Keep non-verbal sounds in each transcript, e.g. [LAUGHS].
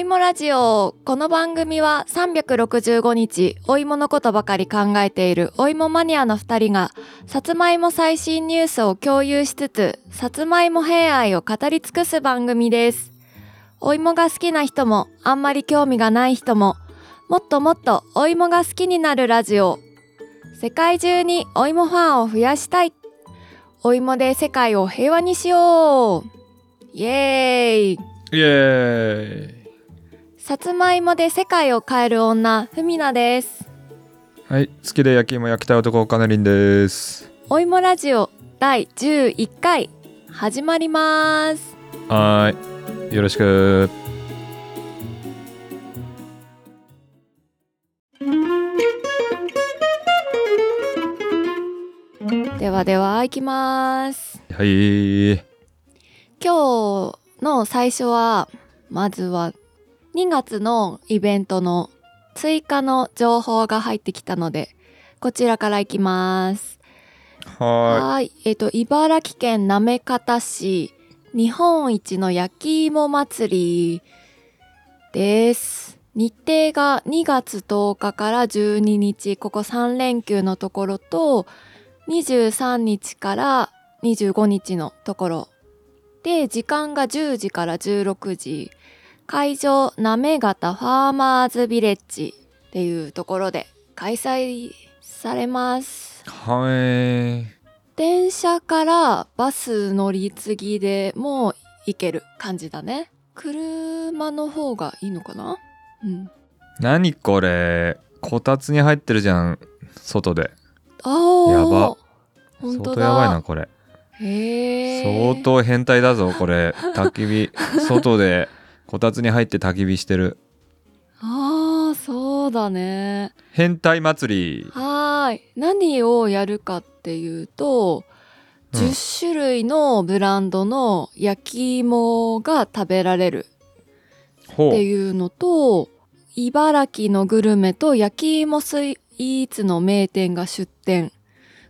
芋ラジオこの番組は365日お芋のことばかり考えているお芋マニアの2人がさつまいも最新ニュースを共有しつつさつまいも偏愛を語り尽くす番組ですお芋が好きな人もあんまり興味がない人ももっともっとお芋が好きになるラジオ世界中にお芋ファンを増やしたいお芋で世界を平和にしようイエーイイエーイさつまいもで世界を変える女ふみなですはい好きで焼き芋焼きたい男岡かりんですおいもラジオ第11回始まりますはーいよろしくではでは行きますはい今日の最初はまずは2月のイベントの追加の情報が入ってきたのでこちらから行きますははい、えっ、と茨城県行方市日本一の焼き芋祭りです。日程が2月10日から12日ここ3連休のところと23日から25日のところで時間が10時から16時会場行方ファーマーズビレッジっていうところで開催されます。いはい電車からバス乗り継ぎでもう行ける感じだね車の方がいいのかなうん何これこたつに入ってるじゃん外でああやば本相当当だやばいなこれ、へえ相当変態だぞこれ焚き火外でこたつに入って焚き火してるああそうだね変態祭りはーい何をやるかっていうと、うん10種類のブランドの焼き芋が食べられるほってういうのと茨城のグルメと焼き芋スイーツの名店が出店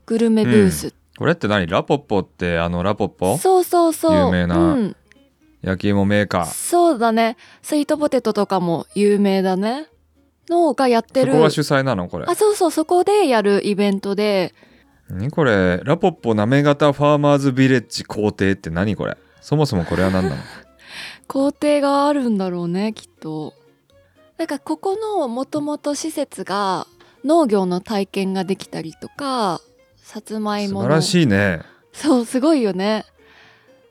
グルメブース、これって何ラポッポってあのラポッポそうそうそう有名なうん、焼き芋メーカーそうだねスイートポテトとかも有名だねのがやってそるこが主催なのこれあそうそうそこでやるイベントで何これラポッポなめ型ファーマーズビレッジ皇帝って何これそもそもこれは何なの工程があるんだろうねきっとなんかここのもともと施設が農業の体験ができたりとかさつまい素も晴のらしいねそうすごいよね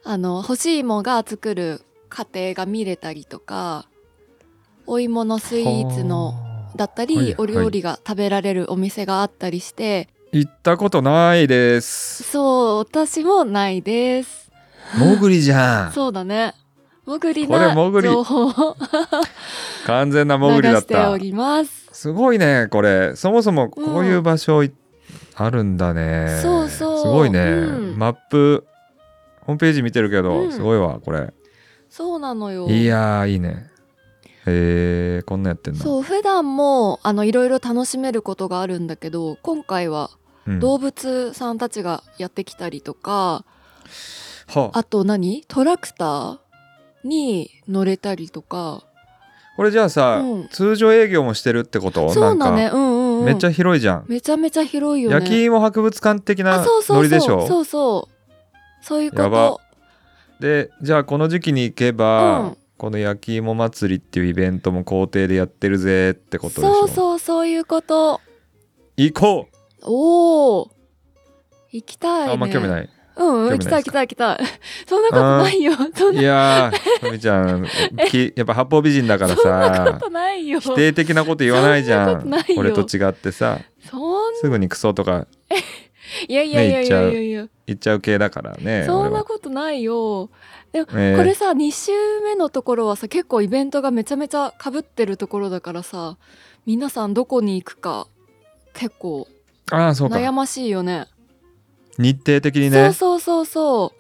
あの干し芋が作る過程が見れたりとかお芋のスイーツのはあだったり、はいはいお料理が食べられるお店があったりして行ったことないですそう私もないですもぐりじゃんそうだねもぐりこれなもぐり情報を完全な流もぐりだっしてたおります、すごいねこれそもそもこういう場所いあるんだね、そうそうすごいね、うんマップホームページ見てるけど、うんすごいわこれそうなのよいやーいいねへえこんなんやってんだそう普段もあのいろいろ楽しめることがあるんだけど今回はうん動物さんたちがやってきたりとか、はああと何トラクターに乗れたりとかこれじゃあさ、うん通常営業もしてるってことそうだなんかねうんうん、うん、めっちゃ広いじゃん、めちゃめちゃ広いよね焼き芋博物館的あなそうそうそうノリでしょそうそうそういうことやばでじゃあこの時期に行けば、うんこの焼き芋祭りっていうイベントも校庭でやってるぜってことでしょそうそうそういうこと行こうおお行きたい、ね、あんま興味ないいうんうん行興味きなたいいで行きすたい行きたい [LAUGHS] そんなことないよそんいなやーふみちゃん [LAUGHS] きやっぱ八方美人だからそんなこさとないよ否定的なこと言わないじゃんそんなことないよ俺と違ってさそんすぐにクソとかいやいやいやいやいやいや、言っちゃう系だからねそ俺んなはことないよえーこれさ2週目のところはさ結構イベントがめちゃめちゃかぶってるところだからさ皆さんどこに行くか結構ああそう悩かましいよね日程的にそうねそうそうそ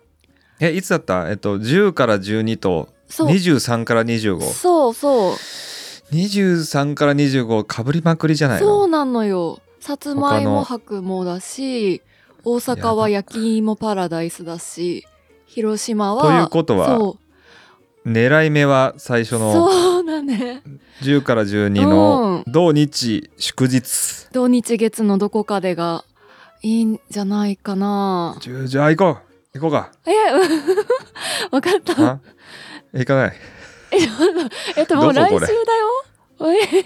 えいつだったえっと10から12とうそう23から2523そうそうから25かぶりまくりじゃないのそうなのよさつまい他もの博もだし大阪は焼き芋パラダイスだし広島はということはそう狙い目は最初のそうだね10から12の土日祝日、土日月のどこかでがいいんじゃないかなじゅじゃあ行こう行こうかえ [LAUGHS] わかったあ行 [LAUGHS] かないえっともうど来ここ週れだよえ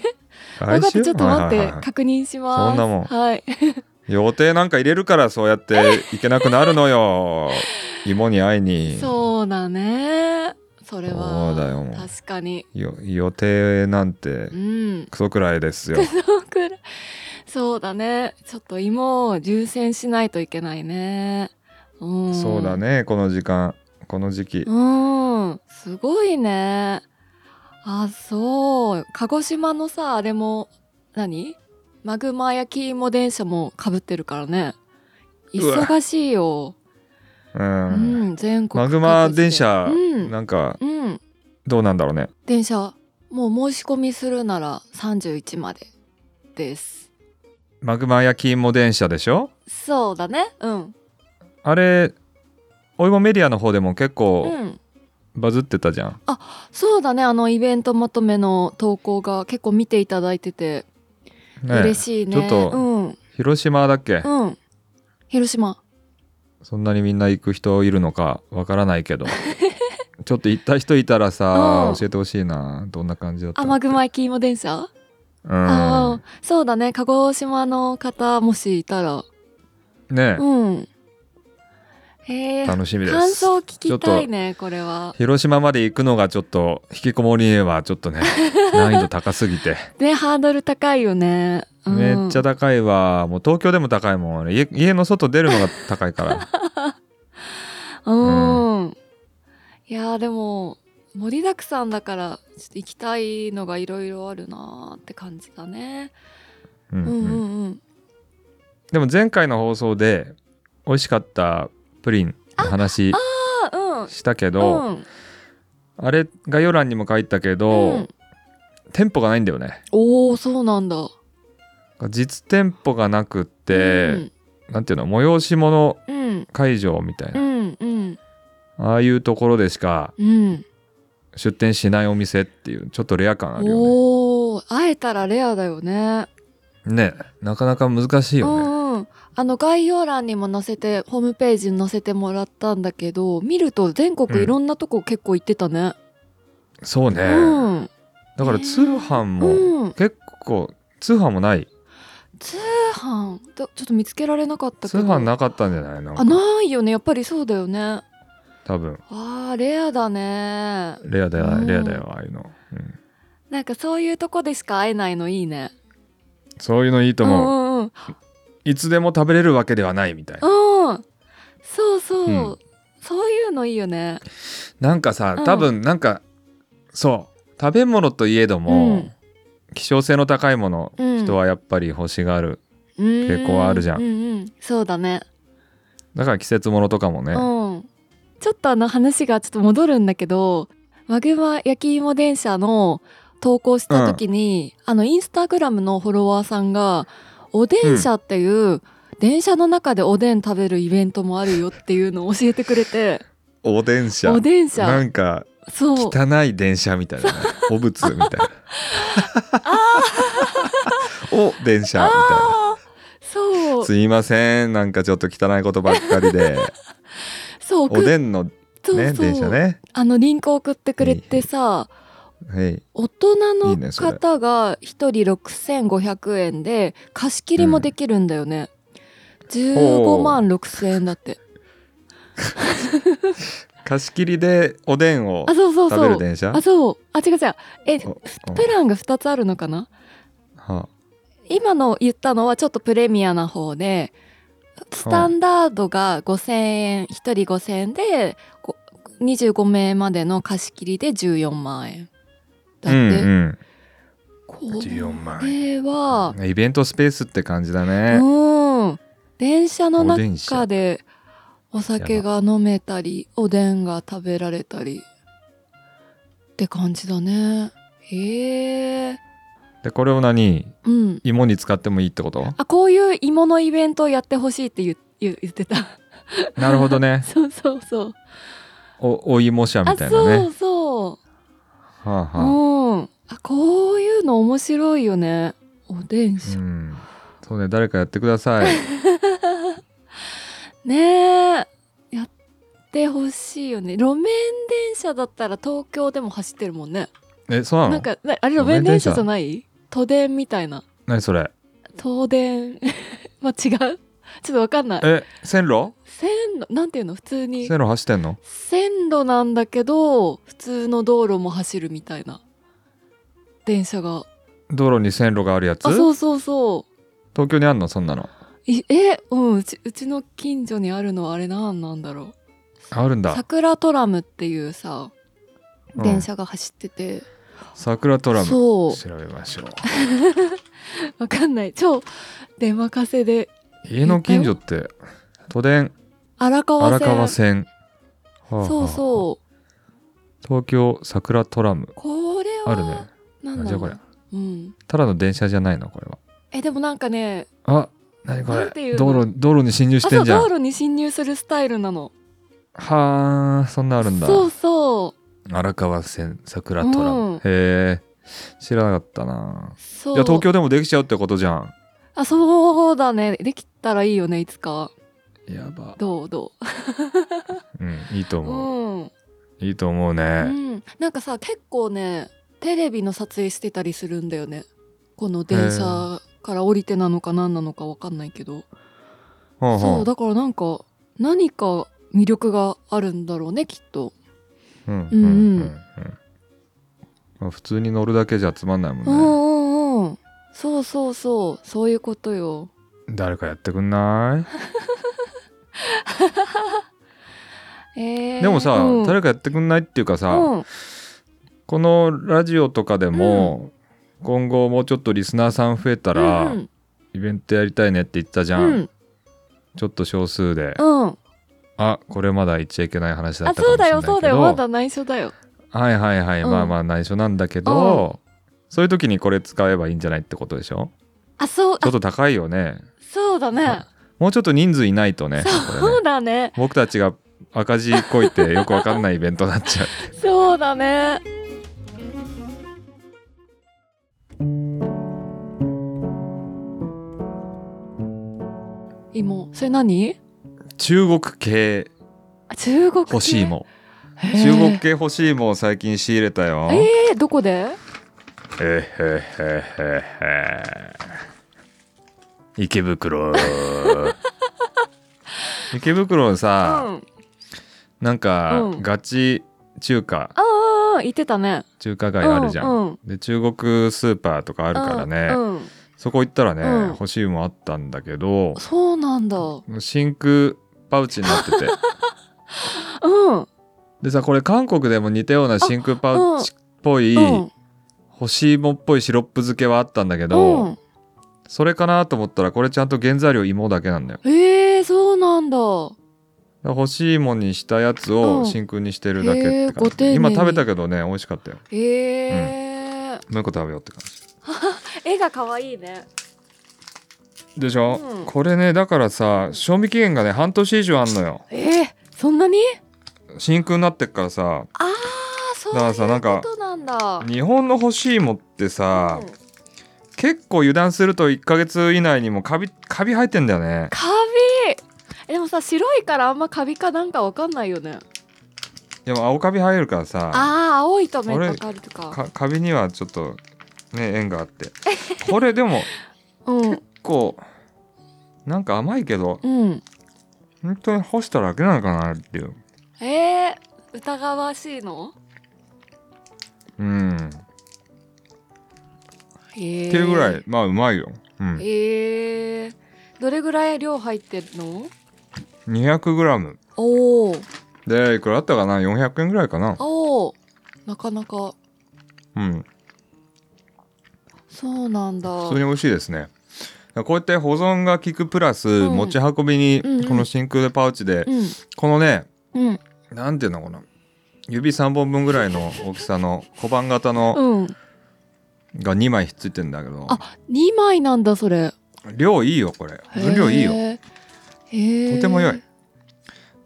分かっ来た週ちょっと待っはいはいてはい確認しますそんなもんはい予定なんか入れるからそうやって行けなくなるのよ [LAUGHS] 芋に会いにそうだねそれはそうだよもう確かによ予定なんてうんクソくらいですよそうくらいそうだねちょっと芋を重戦しないといけないねうんそうだねこの時間この時期うんすごいねあそう鹿児島のさあれも何マグマ焼き芋電車もかぶってるからねうわ忙しいよう、うんん全国各マ地グでマ電車うん、なんかうん、どうなんだろうね電車もう申し込みするなら31までですマグマ焼き芋電車でしょそうだねうんあれお芋メディアの方でも結う構んバズってたじゃん、そうだねあのイベントまとめの投稿が結構見ていただいててねえ嬉しいねちょっとうん広島だっけ、うん広島そんなにみんな行く人いるのかわからな [LAUGHS] いけどちょっと行った人いたらさ、うん教えてほしいなどんな感じだったあのマグマ焼き芋電車、うあんあそうだね鹿児島の方もしいたらねえ、うんへえ楽しみです感想聞きたいねこれは広島まで行くのがちょっと引きこもりにはちょっと [LAUGHS] ね難易度高すぎてでハードル高いよね、うんめっちゃ高いわもう東京でも高いもん俺家家の外出るのが高いから [LAUGHS] うん、いやーでも盛りだくさんだからちょっと行きたいのがいろいろあるなーって感じだね。うんううんんうんうん。でも前回の放送で美味しかったプリンの話あうん。したけどあ,、うん。れ概要欄にも書いたけど、うん、店舗がないんだよねおおそうなんだ。実店舗がなくって、うなんていうの催し物んうん会場みたいなう、んうんああいうところでしかうん。出店しないお店っていうちょっとレア感あるよおお会えたらレアだよね。ねねなかなか難しいようね、んうん。あの概要欄にも載せてホームページに載せてもらったんだけど見ると全うん国いろんなとこ結構行ってたね。そうね、うん。だから通販もうん。結構通販もない通販どちょっと見つけられなかったけ通ど販なかったんじゃないなんあかないよねやっぱりそうだよね多分あーレアだねレアだうよんレアだよああいうの、うんなんかそういうとこでしか会えないのいいねそういうのいいと思う、うんうんいつでも食べれるわけではないみたいな、うん、うん、そうそう、うんそういうのいいよねなんかさうん多分なんか、そう食べ物といえども、うん希少性の高いもの、うん人はやっぱり欲しがる結構あるじゃんうんうんそうだねだから季節ものとかもね、うんちょっとあの話がちょっと戻るんだけどマグマ焼き芋電車の投稿した時に、あのインスタグラムのフォロワーさんが「おでん車」っていう、電車の中でおでん食べるイベントもあるよっていうのを教えてくれてお電車おでんな車んかそう汚い電車みた [LAUGHS] いなね汚物みたいな [LAUGHS] お電車みたいなあーそうすいませんなんかちょっと汚いことばっかり [LAUGHS] でそうおでんのねそうそう電車ねあのリンク送ってくれてさはい大人いのいねそれ方が1人6500円で貸し切りもできるんだよね、ほう15万6000円だって貸し切りでおでんをあそうそう食べそるう電車あそうあ違う違うえおおプランが2つあるのかなは今の言ったのはちょっとプレミアな方でスタンダードが5000円1人5000円でこ25名までの貸し切りで14万円だうって、んうんこ14万れは、イベントスペースって感じだねうん電車のおでん車中でお酒が飲めたりおでんが食べられたりって感じだねへえでこれを何うん芋に使ってもいいってことあこういう芋のイベントをやってほしいって言言言ってた [LAUGHS] なるほどねそうそうそうおお芋車あみたいなそねうそはあはあうんあこういうの面白いよねおでんしうょ、んそうね誰かやってくだ [LAUGHS] さいねえやってほしいよね路面電車だったら東京でも走ってるもんねえそうなのなんかなあれ路路面面電電車車じゃない都電みたいな何それ東電 [LAUGHS] まあ違うちょっとわかんないえ線路線路なんていうの普通に線路走ってんの線路なんだけど普通の道路も走るみたいな電車が道路に線路があるやつあそうそうそ東京にあんのそんなのういえうんうちうちの近所にあるのはあれなんなんだろあるんうだ桜トラムっていうさうん電車が走ってて、桜トラムそう調べましょうわかんない超出任せで家の近所って都電荒川荒線川線はあそうはそうあ東京桜トラムこれはあるねなんあだじゃろうあこれうん、ただの電車じゃないのこれはえでもなんかねあ何こなれんていう道の路道路に侵入しあてそんうじゃ道ん路に侵入するスタイルなのはあそんなあるんだそうそう荒川線桜トラム、うんへえ知らなかったなそういや東京でもできちゃうってことじゃんあそうだねできたらいいよねいつかやばどうどうんいいとう思うう、ん、いいと思ううね、ん、なんかさ結構ねテレビの撮影してたりするんだよねこの電車から降りてなのか何なのかわかんないけどほうほそうだからなんか何か魅力があるんだろうねきっとうんうんうんうんまあ普通に乗るだけじゃつまんないもうんねんうんうんそうそうそうそういうことよ誰かやってくんないえー、でもさ、うん、誰かやってくんないっていうかさ、うんこのラジオとかでも、今後もうちょっとリスナーさん増えたら、うんイベントやりたいねって言ったじうゃん、んちょっと少数で、うん、うん、あこれまだ言っちゃいけない話だあったかもそうしれだないけどよそうだよまだ内緒だよはいはいはい、うんまあまあ内緒なんだけど、そういう時にこれ使えばいいんじゃないってことでしょあそうちょあっと高いよねそうだねもうちょっと人数いないとねこれそねうだね僕たちが赤字こいてよくわかんないイベントになっちゃうそうだね芋それ何中国系あ中国系欲しいもへー中国系欲しいもを最近仕入れたよえー、どこでえへへへへ [LAUGHS] 池袋池袋のうんさ、あなんかうんガチ中華、あ言ってたね中華街あるじゃん、うんうんで中国スーパーとかあるからね、うんうんそこ行ったらね、うん欲しいもんあったんだけどそうなんだうん真空パウチになって [LAUGHS] てでさこれ韓国でも似たような真空パウチっぽい、うん干し芋っぽいシロップ漬けはあったんだけど、うんそれかなと思ったらこれちゃんと原材料芋だけなんだよえー、そうなんだだから欲しいもんにしたやつうをん真空にしてるだけってへーご感丁じ、寧に今食べたけどね美味しかったよえーもう一個食べようって感じ絵が可愛いねでしょ、うんこれねだからさ賞味期限がね半年以上あんのよえー、そんなに真空になってっからさああそうだからさいなんうかことなんだ日本の欲しいもってさ、うん結構油断すると1ヶ月以内にもカビカビ生えてんだよねカビえでもさ白いからあんまカビかなんかわかんないよねでも青カビ生えるからさああ青いと目俺かかるとかかカビにはちょっとね縁があってこれでもうんこうなんか甘いけどうん本当に干しただけなのかなっていうえー、疑わしいのうん、えー、っていうぐらいまあうまいよ、うえん、ー、どれぐらい量入ってるの 200g おおでいくらあったかな400円ぐらいかなおおなかなかうんそうなんだ普通に美味しいですねこうやって保存が効くプラス、うん持ち運びにうんうんこの真空パウチで、うんこのねうんなんていうのかな指3本分ぐらいの大きさの小判型のうんが2枚ひっついてんだけどあ2枚なんだそれ量いいよこれ分量いいよへーとても良い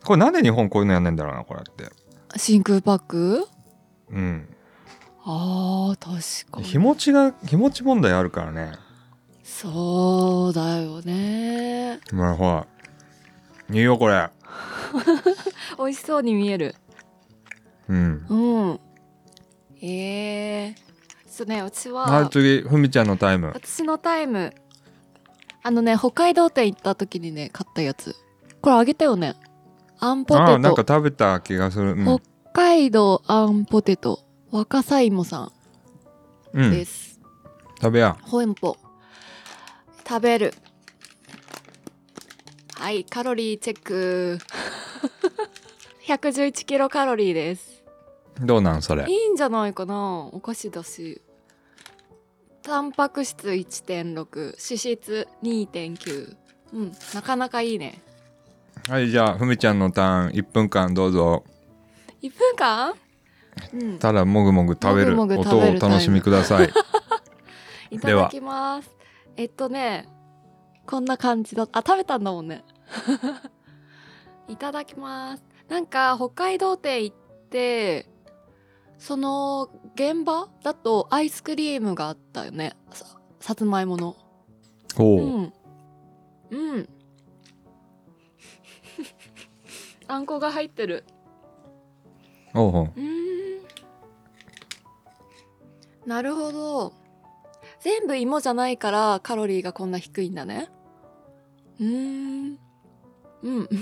これなんで日本こういうのやんねんだろうなこれって真空パックうんあー確か日に持ちが日持ち問題あるからねそうだよねまあほらいいよこれ美味しそうに見えるうんうんえー、ちょっとね私は、はい次ふみちゃんのタイム私のタイムあのね北海道店行った時にね買ったやつこれあげたよねあんポああテなんかト食べた気がするうん北海道あんポテト若さいもさうんんです、食べやほえんぽ食べるはいカロリーチェック [LAUGHS] 111キロカロリーですどうなんそれいいんじゃないかなお菓子だしタンパク質1.6脂質2.9うんなかなかいいねはいじゃあふみちゃんのターン1分間どうぞ1分間うんただもぐもぐ食べるもぐもぐ食べる音をお楽しみくだ [LAUGHS] さいいでたはだきますえっとねこんな感じだあ食べたんだもんね [LAUGHS] いただきますなんか北海道店行ってその現場だとアイスクリームがあったよねささつまいものおう。うんうん。 [LAUGHS] あんこが入ってる。おうおううーん。なるほど。全部芋じゃないからカロリーがこんな低いんだね。うーん。うん。 [LAUGHS]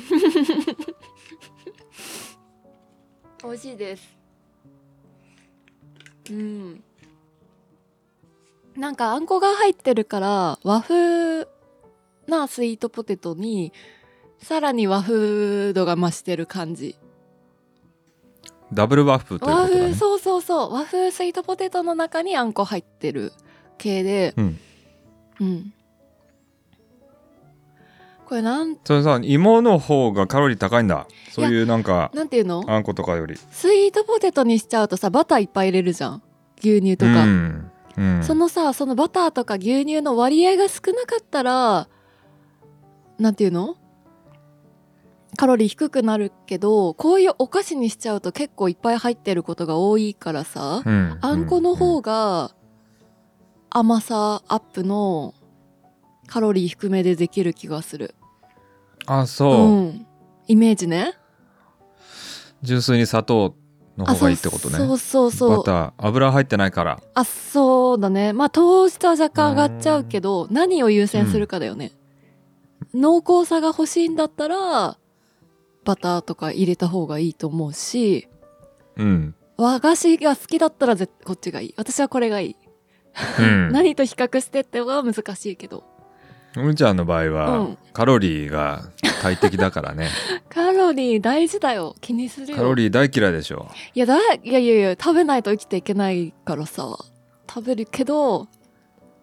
美味しいです。うん。なんかあんこが入ってるから和風なスイートポテトにさらに和風度が増してる感じ。ダブルワッフルというこ和とだ風ねそうそうそう和風スイートポテトの中にあんこ入ってる系でうんうんこれなんそれさ芋の方がカロリー高いんだそういうなんかなんていうのあんことかよりスイートポテトにしちゃうとさバターいっぱい入れるじゃん牛乳とか、うんうん、そのさそのバターとか牛乳の割合が少なかったらなんていうのカロリー低くなるけどこういうお菓子にしちゃうと結構いっぱい入ってることが多いからさ、うんあんこの方が甘さアップのカロリー低めでできる気がする。あうそう、ん。イメージね。純粋に砂糖の方がいいってことねそうそうそうそう。バター油入ってないからあ、そうだね。まあ糖質は若干上がっちゃうけど、何を優先するかだよね。濃厚さが欲しいんだったら、バターとか入れた方がいいと思うし、うん、和菓子が好きだったらぜこっちがいい。私はこれがいい。うん、何と比較してってのは難しいけど。うんちゃんの場合は、うんカロリーが大敵だか [LAUGHS] らねカロリー大事だよ。気にするよ。カロリー大嫌いでしょいやだいやいやいや食べないと生きていけないからさ食べるけど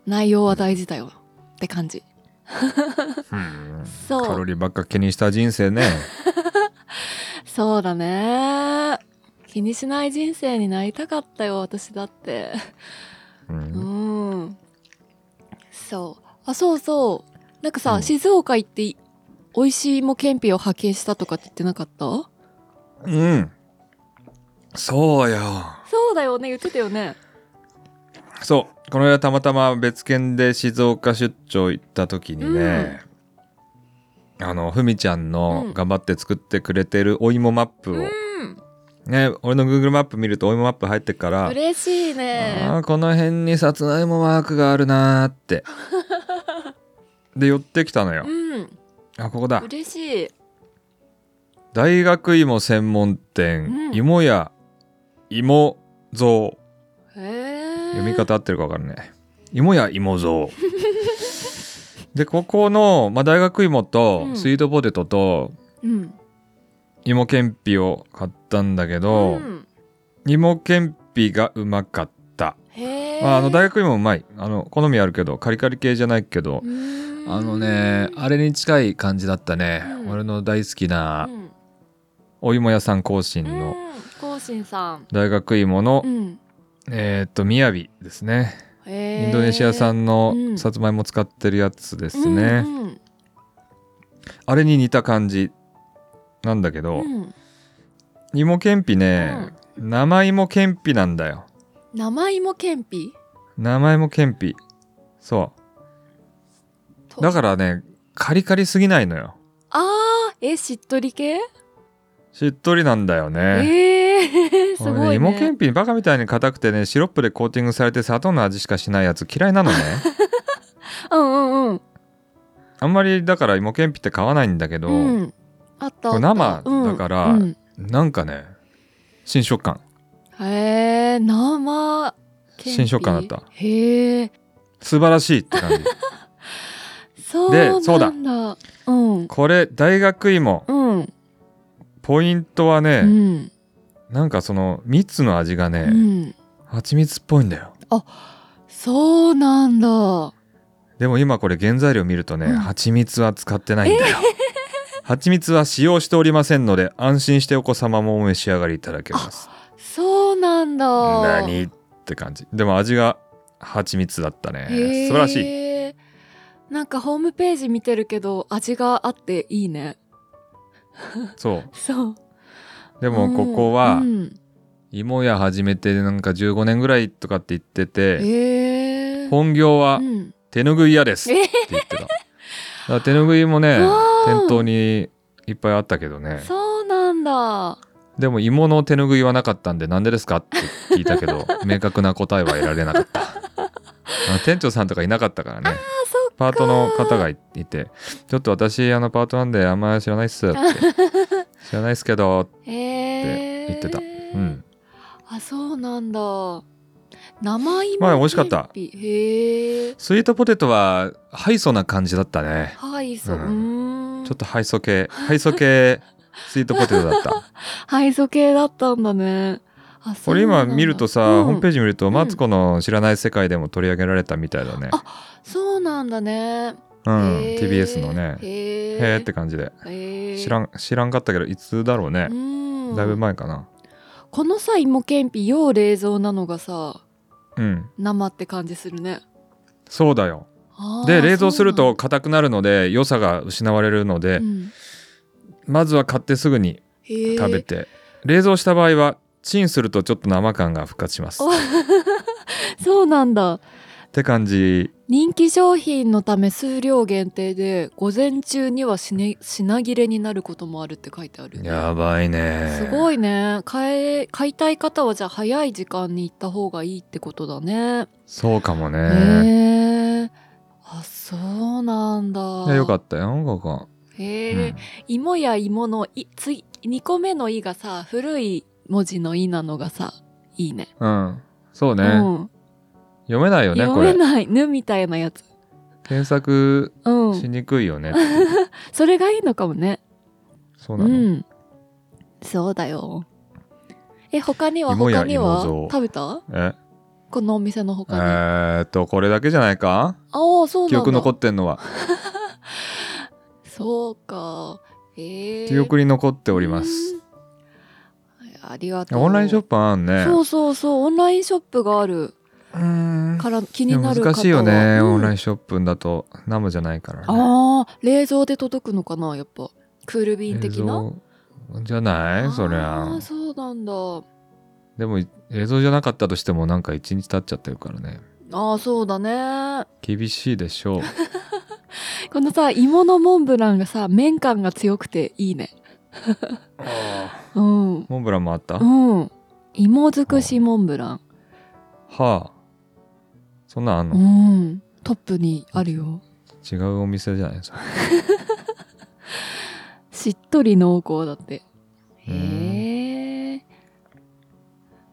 内容は大事だよって感じうんそうカロリーばっか気にした人生ねそうだね気にしない人生になりたかったよ私だってううんんそうあそうそうなんかさ、うん静岡行ってい美味しい芋けんぴを派遣したとかって言ってなかったうんそうよそうだよね言ってたよねそうこの間たまたま別件で静岡出張行った時にね、あのふみちゃんうのん頑張って作ってくれてるお芋マップを、ね俺の Google マップ見るとお芋マップ入ってっから嬉しいあねーこの辺にさつまいもマークがあるなーって [LAUGHS] で寄ってきたのようんあここだ嬉しい大学芋専門店、うん芋屋芋像読読み方合ってるか分かんない芋屋芋 [LAUGHS] 像でここの、まあ、大学芋とうんスイートポテトとうん芋けんぴを買ったんだけど、ん、芋けんぴがうまかった、へえ、まあ、あの大学芋うまいあの好みあるけどカリカリ系じゃないけど、うーんあのね、あれに近い感じだったね。うん俺の大好きなうんお芋屋さん更新うのん更新さん、大学芋の、うん、えーっと、みやびですね。イインドネシア産のうんさつまいも使ってるやつでですね。あれに似た感じなんだけうんどう、ん芋けんぴね、生芋けんぴなんだよ。生芋けんぴ名前もケンピそとうだからねカリカリすぎないのよあーえしっとり系しっとりなんだよね、えー、 [LAUGHS] すこれごい芋けねんぴバカみたいに硬くてねシロップでコーティングされて砂糖の味しかしないやつ嫌 [LAUGHS] いなのねうんうんうんあんまりだから芋けんぴって買わないんだけど、うんあったあったこれ生だからうんうんなんかね新食感へえ生けんぴ新食感だったへえ素晴らしいって感 [LAUGHS] じそうなんでだそうだうんこれ大学芋うんポイントはうね、んなんかその蜜の味がうね、ん蜂蜜っぽいんだよそうなんだでも今これ原材料見るとね、うん蜂蜜は使ってないん [LAUGHS] だよ、蜂蜜は使用しておりませんので安心してお子様もお召し上がりいただけますそうなんだ何って感じでも味が蜂蜜だったねへー素晴らしいなんかホームページ見てるけど味があっていいねそうそうででもここは芋屋始めてなんか15年ぐらいとかって言っててへえ本業はうん手ぬぐい屋ですって言ってた、だから手ぬぐいもねわー店頭にいっぱいあったけどねそうなんだでも芋の手ぬぐいはなかったんでなんでですかって聞いた [LAUGHS] けど明確な答えは得られなかったあの店長さんとかいなかったからねそパートの方がいいて「ちょっと私あのパートなんであんま知らない [LAUGHS] っす」って「知らないっすけどへえって言ってた」うんあそうなんだ生芋まあ美味しかったきんぴへえスイートポテトはハイソな感じだったねはいそうううーんちょっとハイソ系ハイソ系スイートポテトだった [LAUGHS] 配属系だったんだねあこれ今見るとさ、ホームペーージジ見ると、うんマツコの知らない世界でも取り上げられたみたいだね。そうなんだねう、うん TBS のね。へへーえって感じで。へえ知らん、知らんかったけど、いつだろうね。うんだいぶ前かな。このさ芋けんぴ要冷蔵なのがさうん。生って感じするねそうだよ。あーで、冷蔵するそうと硬くなるので、良さが失われるのなんで、だうんまずは買ってすぐにへえ食べて。冷蔵した場合は、チンするとちょっと生感が復活します。おそうなんだって感じ。人気商品のため数量限定で午前中にはしね品切れになることもあるって書いてあるやばいね。すい。ごいね買え買いたい方はじゃあ早い時間に行った方がいいってことだねそうかもへね。えあそうなんだいやよかったよ、ここ。へうえ、ん芋や芋のいつい2個目の「い」がさ古い文字の「い」なのがさいいねうん。そうね。うん、読めないよねこ読めれない「ぬ」みたいなやつ検索うしんにくいよね、それがいいのかもねそうなうの、んそうだよえ他には芋や他には芋像食べたえこのお店のえ他に、あー、っとこれだけじゃないかあそうなんだ記憶残ってんのは、そうかええ記憶に残っておりますうんありがとうオンラインショップあんねそうそうそうオンラインショップがあるうーんから気でにもなる方は難しいよね、うんオンラインショップだと生じゃないから、ね、ああ冷蔵で届くのかなやっぱクールビーン的な映像じゃないそりあゃーそうなんだでも映像じゃなかったとしてもなんか一日経っちゃってるからねああそうだね厳しいでし [LAUGHS] ょうこのさ芋のモンブランがさ麺感が強くていいねうんうモンブランもあった、はん芋尽くしモンブランあそんなんあんの、うんトップにあるよ違うお店じゃないですかしっとり濃厚だってうんへえ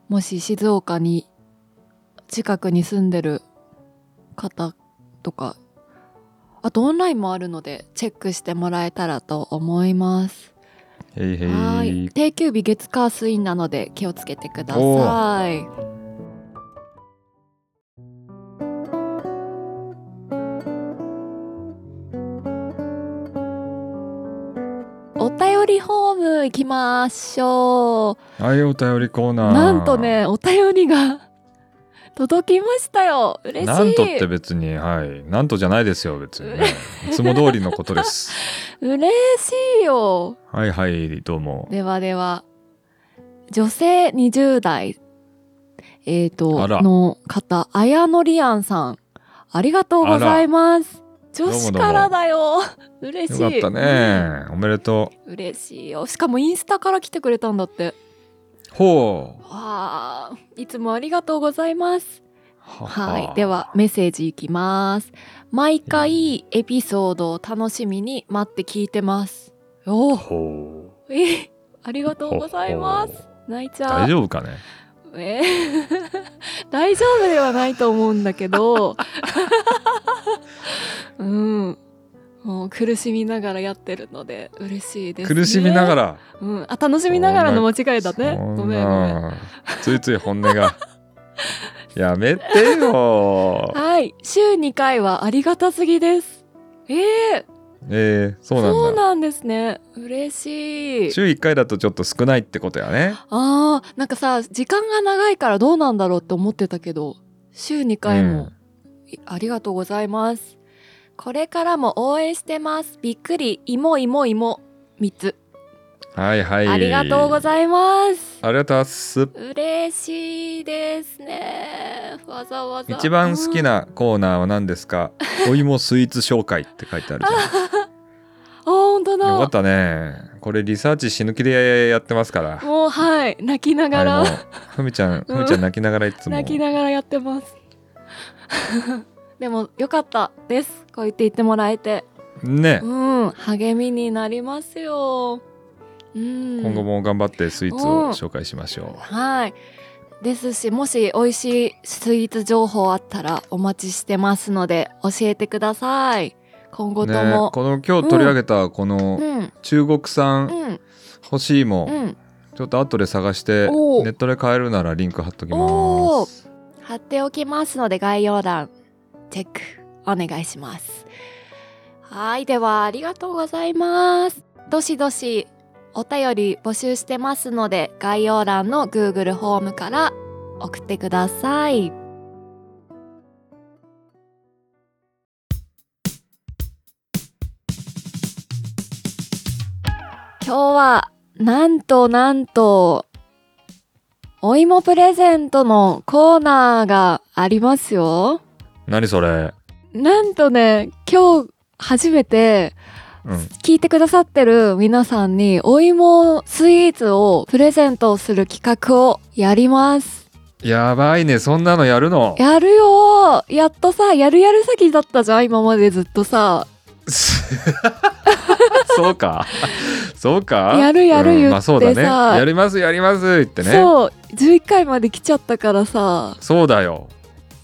もし静岡に近くに住んでる方とかあとオンラインもあるのでチェックしてもらえたらと思いますへいへいはい定休日月火水なので気をつけてくださいお便りホーム行きましょうはい、お便りコーナー。なんと。ねお便りが [LAUGHS] 届きましたよ嬉しいなんとって別に、はい、なんとじゃないですよ、別 [LAUGHS] に、ね。いつも通りのことです。嬉しいよはいはい、どうも。ではでは女性20代、ええっ、とあらの方綾のりあんさんありがとうございますら女子からだよ嬉よしいかったね、おめでとうん嬉しいよしかもインスタから来てくれたんだってうほうわあいつもありがとうございますはあいではメッセージいきます毎回エピソードを楽しみに待って聞いてますおおほうえーありがとうございますほう泣いちゃう大丈夫かねえー [LAUGHS] 大丈夫ではないと思うんだけど [LAUGHS] うんもう苦しみながらやってるので嬉しいです、ね、苦しみなら、がらうん、あ楽しみながらの間違いだねそんなごめんごめんついつい本 [LAUGHS] 音がやめてよはい週2回はありがたすぎですえー、えー、そうなんだですね嬉しい週1回だとちょっと少ないってことやねあーなんかさ時間が長いからどうなんだろうって思ってたけど週2回も、うんいありがとうございます。これからも応援してます。びっくり、いもいもいも。3つ。はいはいありがとうごいざいます。ありがとうございます嬉しいですね。わざわざ。一番好きうん。なコーナーは何ですかお芋スイーツ紹介って書いてあるじゃあ、本当んよかっだ。たねこれリサーチ死ぬ気でやってますからもう、はい。泣きながら、 [LAUGHS] はいもうふみちゃんふみちゃん泣きながらいつも泣きながらやってます。 [LAUGHS] でも、よかったです。こう言って言ってもらえて。ねうん。励みになりますよ。うん。今後も頑張ってスイーツを紹介しましょはい。ですし、もし美味しいスイーツ情報あったらお待ちしてますので、教えてください。今う、後とね、も。この今日取り上げたこのうん、中国産うん、欲しいもんうん。ちょっと後で探しておーネットで買えるならリンク貼っときまおす。ー貼っておきますので、概要欄、チェック、お願いします。はい。では、ありがとうございます。どしどし、お便り募集してますので、概要欄の Google ホームから送ってください。今日はなんとなんとお芋プレゼントのコーナーがありますよ。何それ、なんとね今日初めてうん、聞いてくださってる皆さんにお芋スイーツをプレゼントする企画をやります。やばいねそんなのやるのやるよーやっとさやるやる詐欺だったじゃん今までずっとさそうかそうかやるやるう言ってんさまあそうだねやりますやりますってねそうそう11回まで来ちゃったからさだよ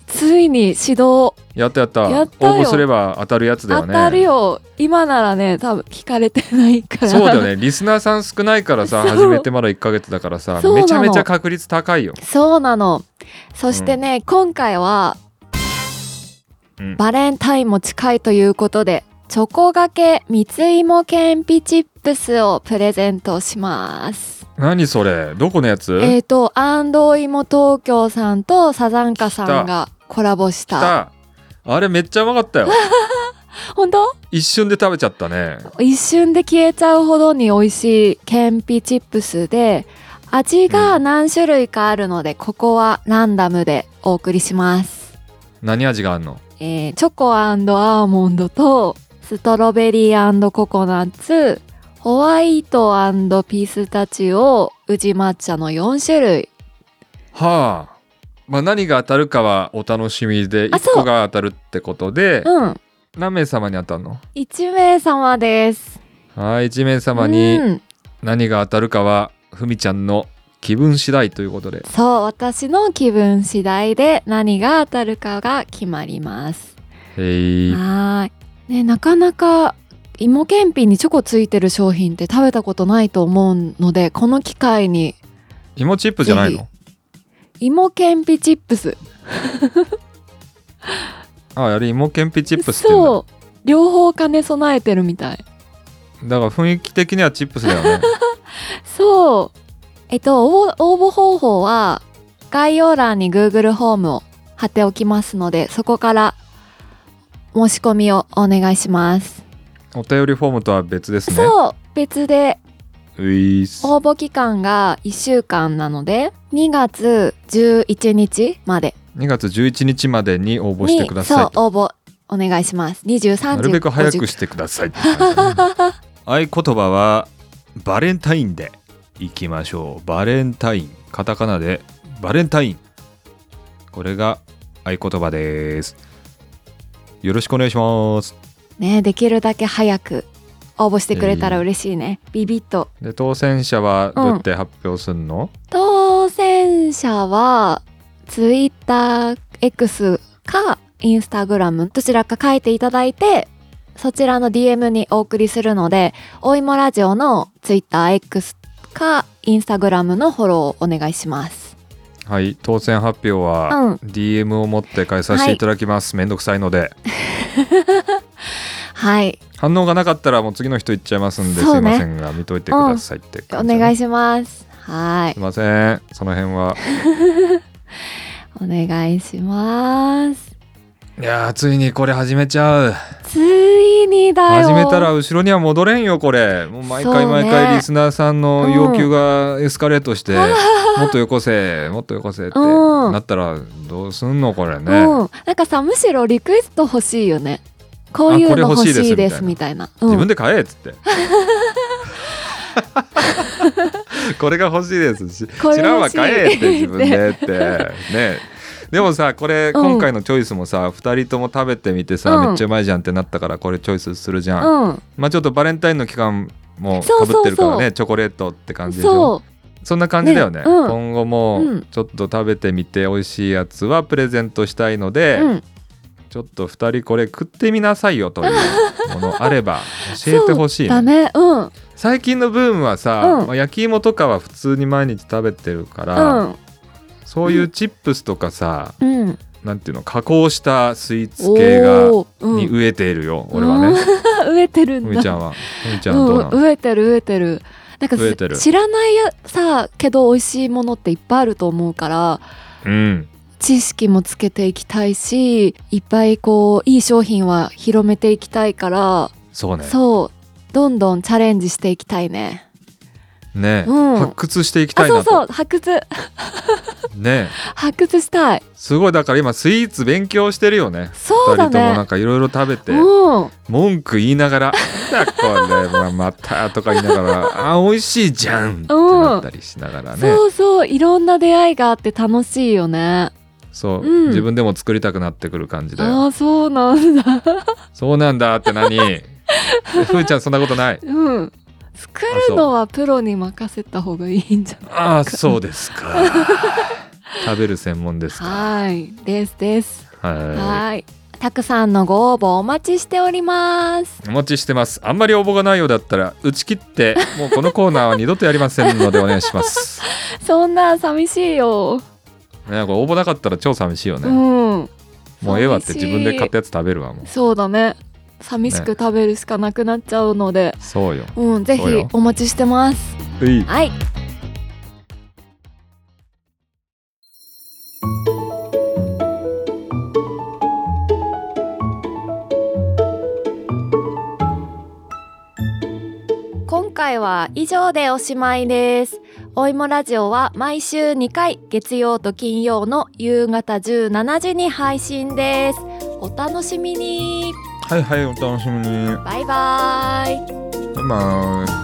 ついに指導やったやったやったよ応募すれば当たるやつだよね当たるよ今ならね多分聞かれてないからそうだよねリスナーさん少ないからさ [LAUGHS] そう始めてまだ1ヶ月だからさそうなのめちゃめちゃ確率高いよそうなのそしてね、今回はうんバレンタインも近いということでチョコがけ蜜芋けんぴチップスをプレゼントします何それどこのやつ、えっ、ー、と安藤芋東京さんとサザンカさんがコラボし来たたあれめっちゃうまかっ [LAUGHS] たよ本当一瞬で食べちゃったね一瞬で消えちゃうほどに美味しいけんぴチップスで味が何種類かあるので、ここはランダムでお送りします、何味があんのえーチョコアーモンドとストロベリーココナッツホワイトピスタチオ宇治抹茶の4種類はあまあ何が当たるかはお楽しみであ1そう個が当たるってことでうん何名様に当たるの1名様ですはい1名様にうん何が当たるかはふみちゃんの気分次第ということでそう私の気分次第で何が当たるかが決まりますへいはーい。ね、なかなか芋けんぴにチョコついてる商品って食べたことないと思うので、この機会に芋チップじゃないぜの芋けんぴチップス。ああれ芋けんぴチップスって言うんだそう。両方兼ね備えてるみたい。だから雰囲気的にはチップスだよ [LAUGHS] ねそう。えっと、応募応募方法は、概要欄に Google ホームを貼っておきますので、そこから申し込みをお願いします。お便りフォームとは別ですねそう別でういっす応募期間が1週間なので2月11日まで2月11日までに応募してにくだそさういと応募お願いします23時なるべく早くしてくださいって感じだね合言葉はバレンタインでいきましょうバレンタインカタカナでバレンタインこれが合言葉ですよろしくお願いしますねできるだけ早く応募してくれたら嬉しいね、ビビッとで当選者はどうやって発表すんの、当選者は TwitterX か Instagram どちらか書いていただいてそちらの DM にお送りするのでおいもラジオの TwitterX か Instagram のフォローをお願いしますはい当選発表うはん DM を持って返させていただきます、めんどくさいのではい反応がなかったらもう次の人行っちゃいますんで、すそいうねませんが見といてくださいってお感じ、願いししますはいすいませんその辺はお願いしますいやーついにこれ始めちゃうついにだよ始めたら後ろには戻れんよこれもう毎回そうね毎回リスナーさんの要求がエスカレート [LAUGHS] して、もっとよこせもっとよこせってうんなったらどうすんのこれね、うん、なんかさむしろリクエスト欲しいよねこういうのあこれ欲欲しいですしいですみたいな自分でで買えっつって。 [LAUGHS] これが欲しいですしこれ欲しい知らんわ買えって自分でってねでもさこれうん今回のチョイスもさ、二人とも食べてみてさ、うんめっちゃうまいじゃんってなったからこれチョイスするじゃん、うん、まあちょっとバレンタインの期間もかそうぶそうそうってるからねチョコレートって感じでしょそそんな感じだよねねうん今後もうんちょっと食べてみて美味しいやつはプレゼントしたいので、う、うん、ちょっと2人これ食ってみなさいよというものあ [LAUGHS] れば教えてほしいだね。ねうんうん最近のブームはさ、うんまあ焼き芋とかは普通に毎日食べてるから、そういうチップスとかさ、うんなんていうの加工したスイーツ系がおーうんに飢えているよ、俺はね。うん [LAUGHS] 植えてるんだふみちゃんはふみちゃんはどうなうのん、植えてる植えてるなんか植えてる知らないやさけど美味しいものっていっぱいあると思うからうん知識もつけていきたいしいっぱいこういい商品は広めていきたいからそうねそうどんどんチャレンジしていきたいねね、うん発掘していきたあいそなうとそう発掘ね発掘したいすごいだから今スイーツ勉強してるよねそうだ人ともなんねかいろいろ食べて。うん文句言いながら「なんだこれはまた」とか言いながら「あ美味しいじゃん」ってなったりしながらね、そうそういろんな出会いがあって楽しいよねそう、うん自分でも作りたくなってくる感じだよああそうなんだ [LAUGHS] そうなんだって何えふーちゃんそんなことないうん作るのはプロに任せた方がいいんじゃないああそうですか食べる専門ですかはいですですははいたくさんのご応募お待ちしておりますいお待ちしてますあんまり応募がないようだったら打ち切ってもうこのコーナーは二度とやりませんのでお願いします [LAUGHS] そんな寂しいよ、なんか応募なかったら超寂しいよね、うんもうええわって寂し自い分で買ったやつ食べるわもうそうだね寂しく食べるしかなくなっちゃうので、そうようんぜひそうよお待ちしてますういはい今回は以上でおしまいです。おいもラジオは毎週2回月曜と金曜の夕方17時に配信です。お楽しみにはいはい、お楽しみに。バイバイバイバイ。